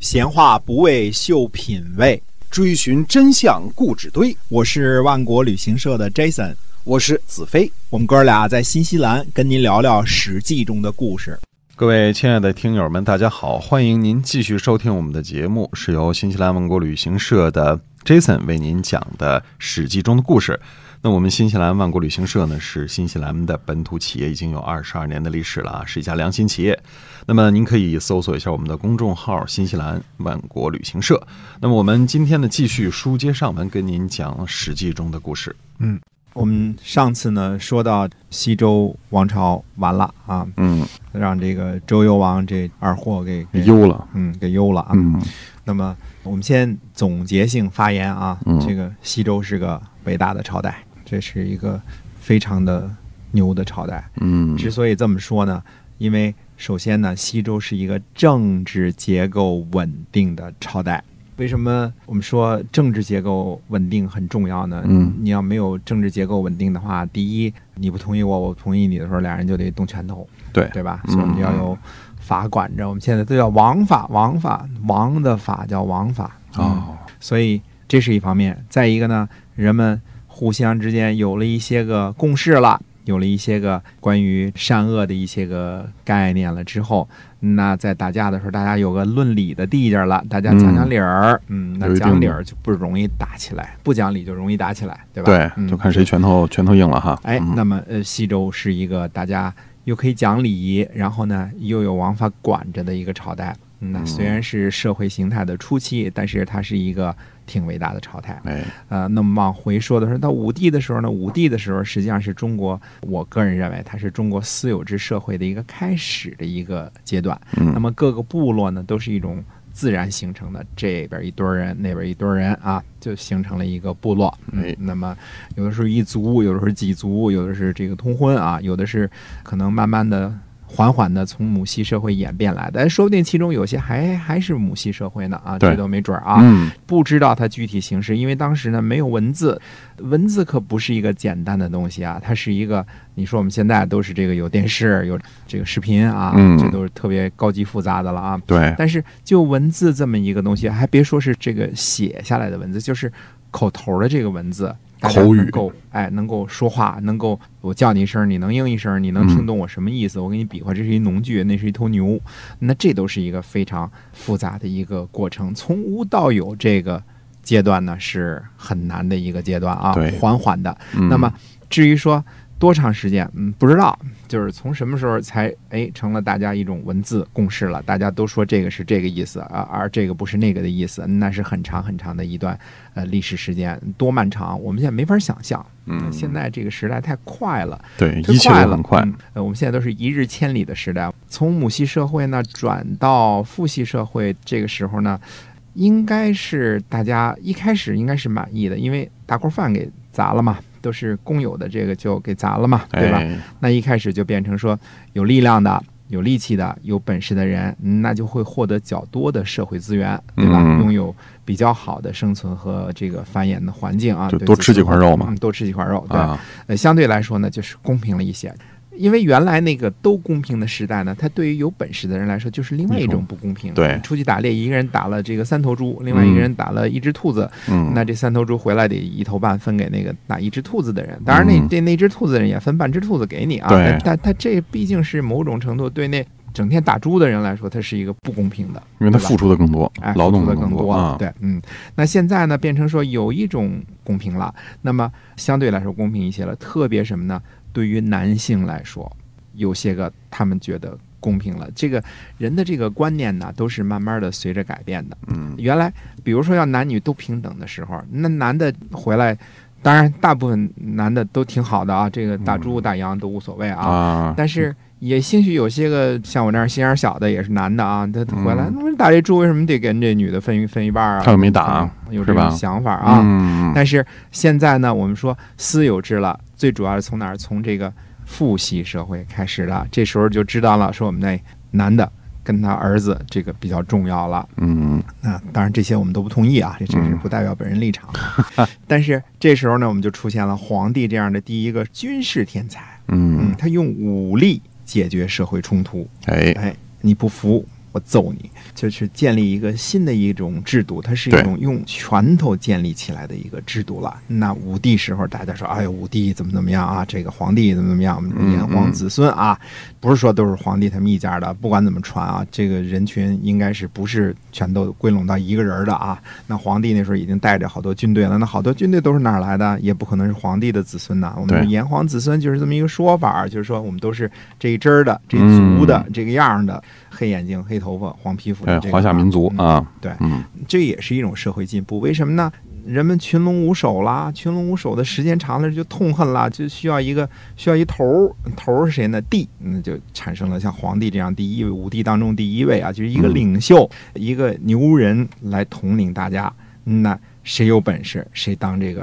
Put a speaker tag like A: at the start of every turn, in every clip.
A: 闲话不为秀品味，
B: 追寻真相故纸堆。
A: 我是万国旅行社的 Jason，
B: 我是子飞。
A: 我们哥俩在新西兰跟您聊聊《史记》中的故事。
C: 各位亲爱的听友们，大家好，欢迎您继续收听我们的节目，是由新西兰万国旅行社的 Jason 为您讲的《史记》中的故事。那我们新西兰万国旅行社呢，是新西兰的本土企业，已经有二十二年的历史了啊，是一家良心企业。那么您可以搜索一下我们的公众号“新西兰万国旅行社”。那么我们今天呢，继续书接上文，跟您讲《史记》中的故事。
A: 我们上次呢说到西周王朝完了啊，
C: 嗯，
A: 让这个周幽王这二货给给
C: 优了，
A: 嗯给幽了啊。
C: 嗯
A: 那么我们先总结性发言啊，
C: 嗯
A: 这个西周是个伟大的朝代，这是一个非常的牛的朝代。
C: 嗯
A: 之所以这么说呢，因为首先呢，西周是一个政治结构稳定的朝代。为什么我们说政治结构稳定很重要呢？
C: 嗯
A: 你要没有政治结构稳定的话，第一，你不同意我，我不同意你的时候，俩人就得动拳头，
C: 对
A: 对吧？
C: 嗯
A: 所以我们要有法管着。我们现在都叫王法，王法，王的法叫王法嗯
C: 哦，
A: 所以这是一方面。再一个呢，人们互相之间有了一些个共识了，有了一些个关于善恶的一些个概念了之后，那在打架的时候，大家有个论理的地界儿了，大家讲讲理儿，嗯
C: 有
A: 那
C: 一定
A: 讲理儿就不容易打起来，不讲理就容易打起来，对吧？
C: 对，
A: 嗯
C: 就看谁拳头拳头硬了哈。
A: 哎，
C: 嗯
A: 那么呃，西周是一个大家又可以讲理，然后呢又有王法管着的一个朝代。嗯那虽然是社会形态的初期，但是它是一个挺伟大的朝代。
C: 哎，
A: 呃，那么往回说的时候，到武帝的时候呢，武帝的时候实际上是中国，我个人认为它是中国私有制社会的一个开始的一个阶段。
C: 嗯
A: 那么各个部落呢，都是一种自然形成的，这边一堆儿人，那边一堆儿人啊，就形成了一个部落。
C: 哎
A: 嗯，那么有的时候一族，有的时候几族，有的是这个通婚啊，有的是可能慢慢的。缓缓的从母系社会演变来的，但说不定其中有些还还是母系社会呢啊，
C: 对
A: 这都没准儿啊。
C: 嗯，
A: 不知道它具体形式，因为当时呢没有文字，文字可不是一个简单的东西啊，它是一个你说我们现在都是这个有电视有这个视频啊，
C: 嗯
A: 这都是特别高级复杂的了啊。
C: 对，
A: 但是就文字这么一个东西，还别说是这个写下来的文字，就是口头的这个文字，大家
C: 口语
A: 能够哎能够说话，能够我叫你一声，你能应一声，你能听懂我什么意思，我给你比划，这是一农具，那是一头牛，那这都是一个非常复杂的一个过程，从无到有这个阶段呢是很难的一个阶段啊
C: 对，
A: 缓缓的。
C: 嗯
A: 那么至于说多长时间，嗯，不知道，就是从什么时候才哎成了大家一种文字共识了，大家都说这个是这个意思啊，而这个不是那个的意思，那是很长很长的一段呃历史时间，多漫长，我们现在没法想象。
C: 嗯
A: 现在这个时代太快了，
C: 对，
A: 太
C: 一切
A: 快
C: 都
A: 了，
C: 很快
A: 嗯。呃，我们现在都是一日千里的时代，从母系社会呢转到父系社会，这个时候呢，应该是大家一开始应该是满意的，因为大锅饭给砸了嘛，都是公有的这个就给砸了嘛，对吧？
C: 哎，
A: 那一开始就变成说有力量的。有力气的、有本事的人，嗯那就会获得较多的社会资源，对吧？
C: 嗯
A: 拥有比较好的生存和这个繁衍的环境啊，
C: 就
A: 对
C: 多
A: 自
C: 吃
A: 己
C: 几块肉嘛
A: 嗯多吃几块肉，对。
C: 啊，
A: 呃，相对来说呢，就是公平了一些。因为原来那个都公平的时代呢，它对于有本事的人来说就是另外一
C: 一
A: 种
C: 种
A: 不公平。
C: 对
A: 出去打猎，一个人打了这个三头猪，另外一个人打了一只兔子，
C: 嗯，
A: 那这三头猪回来得一头半分给那个打一只兔子的人。当然那，
C: 嗯
A: 这那只兔子的人也分半只兔子给你啊。
C: 对
A: 但但他这毕竟是某种程度对那整天打猪的人来说，它是一个不公平的，
C: 因为他
A: 对吧
C: 付出的更多
A: 哎，，
C: 劳动
A: 付出的
C: 更
A: 更多了
C: 啊，，
A: 对，嗯，那现在呢，变成说有一种公平了，那么相对来说公平一些了，特别什么呢？对于男性来说，有些个他们觉得公平了，这个人的这个观念呢，都是慢慢的随着改变的。
C: 嗯，
A: 原来比如说要男女都平等的时候，那男的回来，当然大部分男的都挺好的啊，这个打猪打羊都无所谓啊，
C: 嗯啊，
A: 但是也兴许有些个像我这样心眼儿小的也是男的啊，他他回来
C: 嗯
A: 那么打这猪为什么得跟这女的分一分一半儿啊？
C: 他又没打，
A: 有这
C: 是
A: 种
C: 吧
A: 想法啊。
C: 嗯，
A: 但是现在呢，我们说私有制了，最主要是从哪儿？从这个父系社会开始了。这时候就知道了，说我们那男的跟他儿子这个比较重要了。
C: 嗯，
A: 那当然这些我们都不同意啊，这这是不代表本人立场。啊 但是这时候呢，我们就出现了皇帝这样的第一个军事天才。
C: 嗯
A: 嗯，，他用武力解决社会冲突。
C: 哎，
A: 哎，你不服，我揍你，就是建立一个新的一种制度，它是一种用拳头建立起来的一个制度了。那武帝时候，大家说，哎呀，武帝怎么怎么样啊，这个皇帝怎么怎么样，我们炎黄子孙啊，不是说都是皇帝他们一家的，不管怎么传啊，这个人群应该是不是全都归拢到一个人儿的啊？那皇帝那时候已经带着好多军队了，那好多军队都是哪儿来的？也不可能是皇帝的子孙呐、我们说
C: 对
A: 炎黄子孙就是这么一个说法，就是说我们都是这一支儿的、这
C: 嗯
A: 一族的、这个样儿的，黑眼睛、黑头发、黄皮肤的
C: 对，
A: 这个
C: 华夏民族
A: 嗯
C: 啊，
A: 对，
C: 嗯，
A: 这也是一种社会进步。为什么呢？人们群龙无首啦，群龙无首的时间长了就痛恨啦，就需要一个需要一头儿，头儿是谁呢？帝，那就产生了像皇帝这样第一位，武帝当中第一位啊，就是一个
C: 嗯
A: 领袖，一个牛人来统领大家。那谁有本事，谁当这个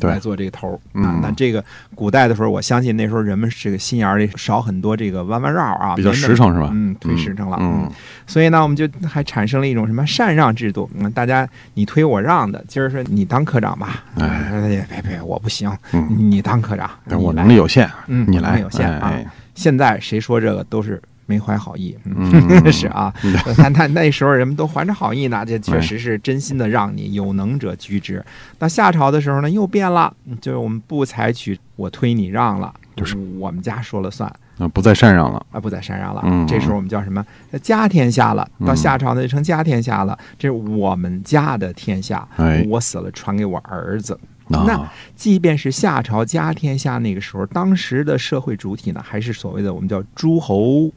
A: 来
C: 对，
A: 做这个头儿、
C: 嗯
A: 啊。那这个古代的时候，我相信那时候人们这个心眼儿里少很多这个弯弯绕啊，
C: 比较
A: 没那么
C: 实诚是吧？
A: 嗯，忒实诚了，
C: 嗯，
A: 所以呢，我们就还产生了一种什么禅让制度，嗯，大家你推我让的，今儿说你当科长吧，
C: 哎
A: 哎，别别，我不行，
C: 嗯
A: 你当科长，
C: 但我
A: 你来
C: 能力有限，啊
A: 嗯
C: 你
A: 能
C: 来，
A: 力有限啊
C: 哎，
A: 现在谁说这个都是没怀好意，
C: 嗯
A: 是啊，那那那时候人们都怀着好意呢，这确实是真心的让你有能者居之。那夏朝的时候呢，又变了，就是我们不采取我推你让了，
C: 就是
A: 我们家说了算。
C: 那不再禅让了，
A: 啊，不在山上了。
C: 嗯
A: 这时候我们叫什么？家天下了。到
C: 嗯
A: 夏朝呢，就成家天下了。这是我们家的天下。
C: 哎
A: 我死了传给我儿子。那
C: 啊，
A: 即便是夏朝家天下那个时候，当时的社会主体呢，还是所谓的我们叫诸侯。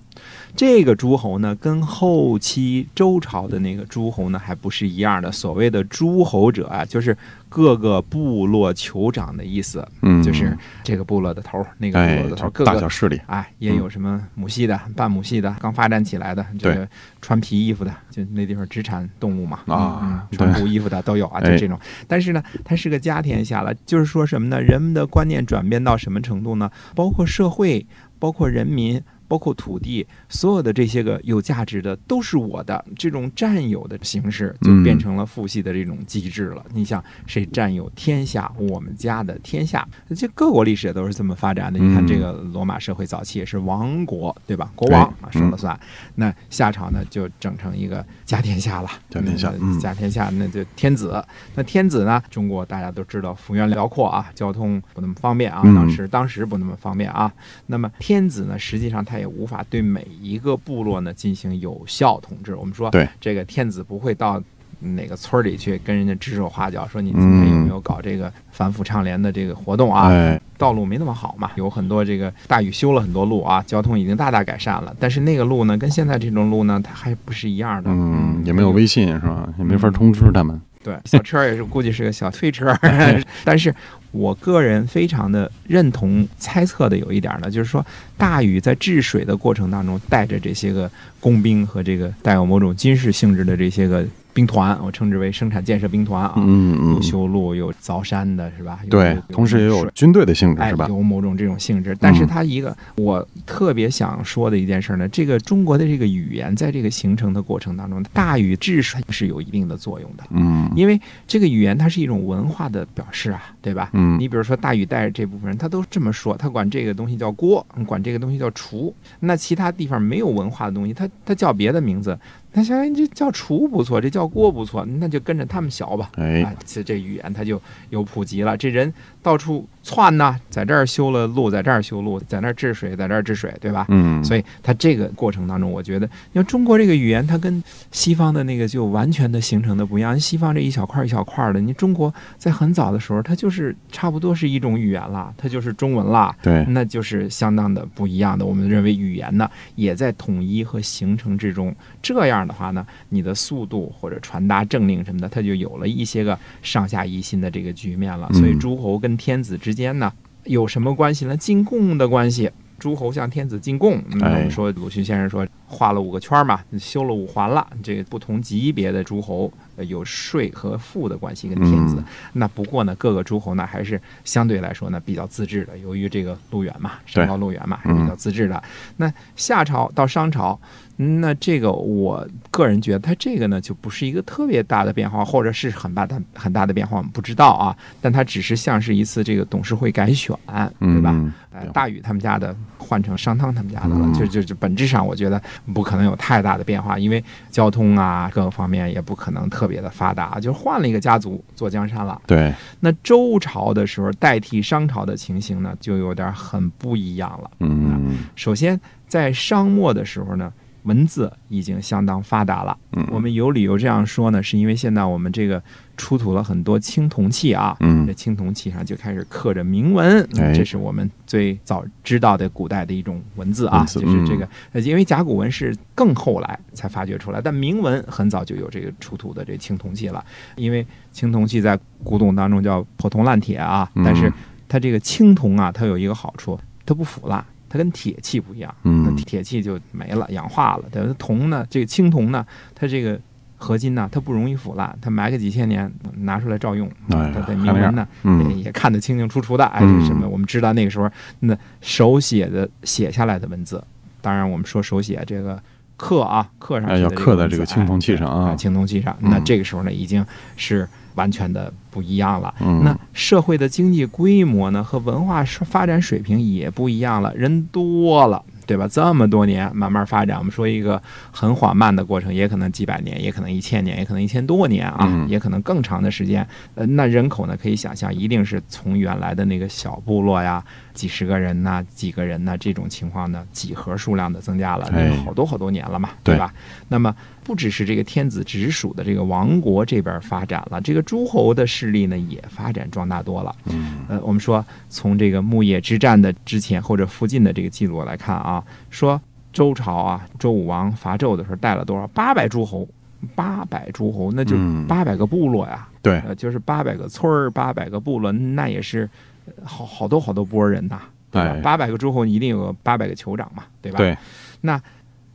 A: 这个诸侯呢，跟后期周朝的那个诸侯呢，还不是一样的。所谓的诸侯者啊，就是各个部落酋长的意思，
C: 嗯，
A: 就是这个部落的头儿，那个部
C: 哎
A: 落的，头儿，
C: 就
A: 各
C: 大
A: 个
C: 小势力，
A: 哎，也有什么母系的、半母系的，刚发展起来的，这
C: 嗯对
A: 个穿皮衣服的，就那地方只产动物嘛，
C: 啊
A: 嗯嗯
C: 对
A: 穿布衣服的都有啊，就
C: 哎
A: 这种。但是呢，它是个家天下了，就是说什么呢？人们的观念转变到什么程度呢？包括社会，包括人民。包括土地，所有的这些个有价值的都是我的，这种占有的形式就
C: 嗯
A: 变成了父系的这种机制了。你想，谁占有天下？我们家的天下，这各国历史也都是这么发展的。你看
C: 嗯
A: 这个罗马社会早期也是王国，对吧？国王啊
C: 对嗯
A: 说了算。那夏朝呢，就整成一个家天下了。
C: 家天下
A: 那
C: 嗯
A: 家天下，那就天子。那天子呢，中国大家都知道，幅员辽阔啊，交通不那么方便啊。
C: 嗯
A: 当时当时不那么方便啊。那么天子呢，实际上他也无法对每一个部落呢进行有效统治。我们说，
C: 对
A: 这个天子不会到。哪个村儿里去跟人家指手画脚，说
C: 嗯
A: 你今天有没有搞这个反腐倡廉的这个活动啊？
C: 哎，
A: 道路没那么好嘛，有很多这个大禹修了很多路啊，交通已经大大改善了。但是那个路呢，跟现在这种路呢，它还不是一样的。
C: 嗯，也没有微信是吧？也没
A: 嗯
C: 法通知他们，
A: 对，小车儿也是估计是个小推车儿， 但是我个人非常的认同猜测的有一点呢，就是说大禹在治水的过程当中，带着这些个工兵和这个带有某种军事性质的这些个兵团，我称之为生产建设兵团啊，
C: 嗯嗯
A: 有
C: 嗯，
A: 修路，有凿山的是吧？有
C: 对，同时也
A: 水
C: 有军队的性质
A: 哎
C: 是，吧？嗯
A: 有某种这种性质。但是它一个我特别想说的一件事呢，这个中国的这个语言在这个形成的过程当中，大禹治水是有一定的作用的。
C: 嗯
A: 因为这个语言它是一种文化的表示啊，对吧？
C: 嗯
A: 你比如说大禹带着这部分人，他都这么说，他管这个东西叫锅，管这个东西叫厨。那其他地方没有文化的东西，他他叫别的名字，那想想这叫厨不错，这叫锅不错，那就跟着他们学吧。啊
C: 哎，，
A: 这这语言它就有普及了。这人到处窜呐、在这儿修了路，在这儿修路，在那儿治水，在这儿治水，对吧？
C: 嗯，
A: 所以它这个过程当中，我觉得，因为中国这个语言，它跟西方的那个就完全的形成的不一样。西方这一小块儿一小块儿的，你中国在很早的时候，它就是差不多是一种语言啦，它就是中文啦，
C: 对，
A: 那就是相当的不一样的。我们认为语言呢，也在统一和形成之中。这样的话呢，你的速度或者传达政令什么的，它就有了一些个上下一心的这个局面了。
C: 嗯
A: 所以诸侯跟天子之间呢，有什么关系呢？进贡的关系。诸侯向天子进贡，嗯
C: 哎
A: 我们说鲁迅先生说画了五个圈儿嘛，修了五环了。这个不同级别的诸侯呃有税和赋的关系跟天子，
C: 嗯
A: 那不过呢，各个诸侯呢还是相对来说呢比较自治的，由于这个路远嘛，
C: 对
A: 山
C: 嗯
A: 高路远嘛，还是比较自治的。那夏朝到商朝，嗯那这个我个人觉得它这个呢就不是一个特别大的变化，或者是很大的很大的变化，我们不知道啊。但它只是像是一次这个董事会改选，对吧？
C: 嗯
A: 呃，大禹他们家的换成商汤他们家的了，
C: 嗯
A: 就就就本质上我觉得不可能有太大的变化，因为交通啊各个方面也不可能特别的发达，就换了一个家族做江山了。
C: 对，
A: 那周朝的时候代替商朝的情形呢，就有点很不一样了。
C: 嗯
A: 首先，在商末的时候呢，文字已经相当发达了。
C: 嗯
A: 我们有理由这样说呢，是因为现在我们这个出土了很多青铜器啊，这
C: 嗯
A: 青铜器上就开始刻着铭文，
C: 哎
A: 这是我们最早知道的古代的一种文字啊
C: 文，字嗯
A: 就是这个，呃因为甲骨文是更后来才发掘出来，但铭文很早就有这个出土的这青铜器了，因为青铜器在古董当中叫破铜烂铁啊，
C: 嗯
A: 但是它这个青铜啊，它有一个好处，它不腐烂。它跟铁器不一样，
C: 嗯
A: 那铁器就没了，氧化了。但是铜呢，这个青铜呢，它这个合金呢，它不容易腐烂，它埋个几千年拿出来照用。
C: 哎
A: 它在
C: 还
A: 铭
C: 那样
A: 文呢，也
C: 嗯
A: 也看得清清楚楚的。哎，
C: 嗯
A: 这什么？我们知道那个时候那手写的写下来的文字，当然我们说手写这个刻啊，刻上去
C: 哎要
A: 的
C: 刻在
A: 文
C: 这个
A: 字
C: 青铜器上啊
A: 哎青铜器上。
C: 嗯
A: 那这个时候呢，已经是完全的不一样了。
C: 嗯，
A: 那社会的经济规模呢和文化发展水平也不一样了，人多了。对吧？这么多年慢慢发展，我们说一个很缓慢的过程，也可能几百年，也可能一千年，也可能一千多年啊，
C: 嗯
A: 也可能更长的时间。呃，那人口呢，可以想象，一定是从原来的那个小部落呀，几十个人呐、几个人呐、这种情况呢，几何数量的增加了，
C: 哎
A: 那好多好多年了嘛，
C: 对
A: 对吧？那么不只是这个天子直属的这个王国这边发展了，这个诸侯的势力呢也发展壮大多了。
C: 嗯
A: 呃，我们说从这个牧野之战的之前或者附近的这个记录来看啊，说周朝啊，周武王伐纣的时候带了多少？八百诸侯，八百诸侯，那就
C: 嗯哎
A: 八百个部落呀、
C: 对，
A: 呃，就是八百个村儿，八百个部落，那也是呃好好多好多波人呐、对吧
C: 哎？
A: 八百个诸侯一定有个八百个酋长嘛，对吧？
C: 对，
A: 那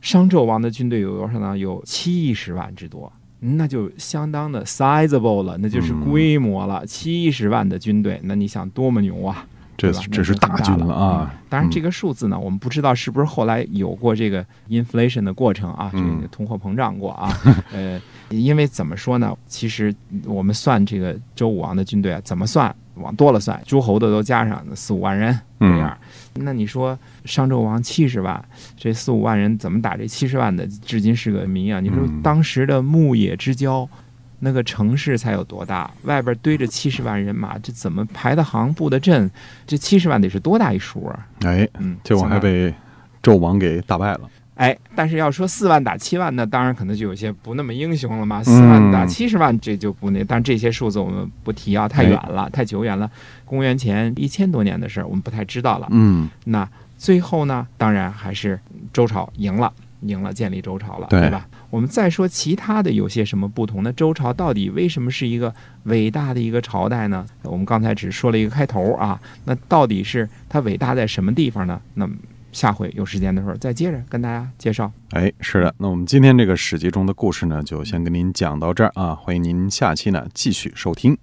A: 商纣王的军队有多少呢？有七十万之多，那就相当的 sizable 了，那就是
C: 嗯
A: 规模了。七十、万的军队，那你想多么牛啊！
C: 这
A: 对吧
C: 这是大军了啊！
A: 嗯当然，这
C: 个
A: 个数字呢，我们不知道是不是后来有过这个 inflation 的过程啊，
C: 嗯
A: 这个通货膨胀过 啊。呃，因为怎么说呢？其实我们算这个周武王的军队啊，怎么算？往多了算，诸侯的都加上四五万人嗯
C: 嗯
A: 这样。那你说商纣王七十万，这四五万人怎么打这七十万的？至今是个谜啊！你说
C: 嗯
A: 当时的牧野之交。那个城市才有多大？外边堆着七十万人马，这怎么排的行布的阵？这七十万得是多大一数啊？
C: 哎，
A: 嗯，
C: 结果还
A: 相当
C: 被纣王给打败了。
A: 哎，但是要说四万打七万，那当然可能就有些不那么英雄了嘛。四万打七十万，这就不那。但这些数字我们不提啊，太远了，太久远了。公元前一千多年的事儿，我们不太知道了。
C: 嗯，
A: 那最后呢，当然还是周朝赢了，赢了，建立周朝了，
C: 对
A: 对吧？我们再说其他的有些什么不同呢？周朝到底为什么是一个伟大的一个朝代呢？我们刚才只说了一个开头啊，那到底是它伟大在什么地方呢？那么下回有时间的时候再接着跟大家介绍。
C: 哎，是的。那我们今天这个史记中的故事呢，就先跟您讲到这儿啊，欢迎您下期呢继续收听。